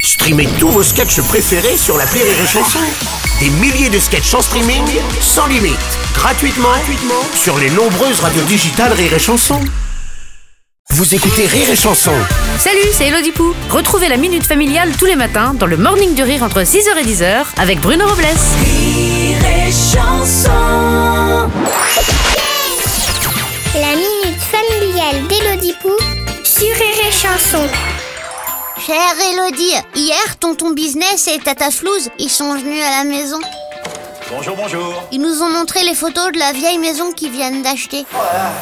Streamez tous vos sketchs préférés sur la Rire et Chanson. Des milliers de sketchs en streaming, sans limite, gratuitement, gratuitement sur les nombreuses radios digitales Rire et Chanson. Vous écoutez Rire et Chanson Salut, c'est Elodie Pou. Retrouvez la Minute Familiale tous les matins dans le Morning du Rire entre 6h et 10h avec Bruno Robles. La minute familiale d'Élodie Pou sur Rire et Chanson. Chère Elodie, hier, tonton Business et Tata Flouze, ils sont venus à la maison. Bonjour, bonjour. Ils nous ont montré les photos de la vieille maison qu'ils viennent d'acheter.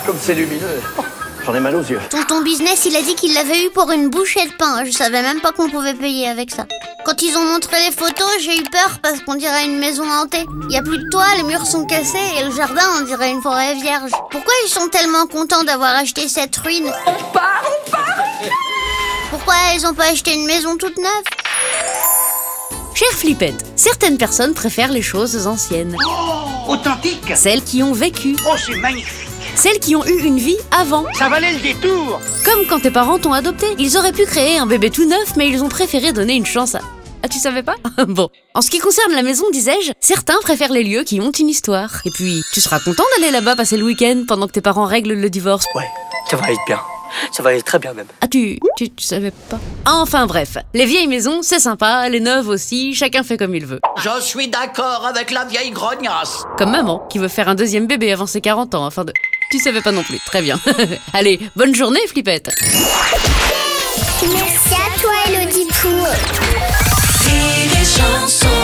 Comme c'est lumineux. J'en ai mal aux yeux. Tonton Business, il a dit qu'il l'avait eu pour une bouchée de pain. Je savais même pas qu'on pouvait payer avec ça. Quand ils ont montré les photos, j'ai eu peur parce qu'on dirait une maison hantée. Il y a plus de toit, les murs sont cassés et le jardin, on dirait une forêt vierge. Pourquoi ils sont tellement contents d'avoir acheté cette ruine Pourquoi ils ont pas acheté une maison toute neuve Chère Flippette, certaines personnes préfèrent les choses anciennes. Authentique Celles qui ont vécu, Oh, c'est magnifique celles qui ont eu une vie avant. Ça valait le détour Comme quand tes parents t'ont adopté. Ils auraient pu créer un bébé tout neuf, mais ils ont préféré donner une chance à... Ah, tu savais pas Bon. En ce qui concerne la maison, disais-je, certains préfèrent les lieux qui ont une histoire. Et puis, tu seras content d'aller là-bas passer le week-end pendant que tes parents règlent le divorce. Ouais, ça va être bien. Ça va être très bien même. Ah, tu, tu, tu savais pas Enfin bref, les vieilles maisons, c'est sympa, les neuves aussi, chacun fait comme il veut. Je suis d'accord avec la vieille grognasse Comme maman, qui veut faire un deuxième bébé avant ses 40 ans, afin de... Tu savais pas non plus, très bien. Allez, bonne journée, flippette Merci à toi, Elodie Pou. Rire et chanson.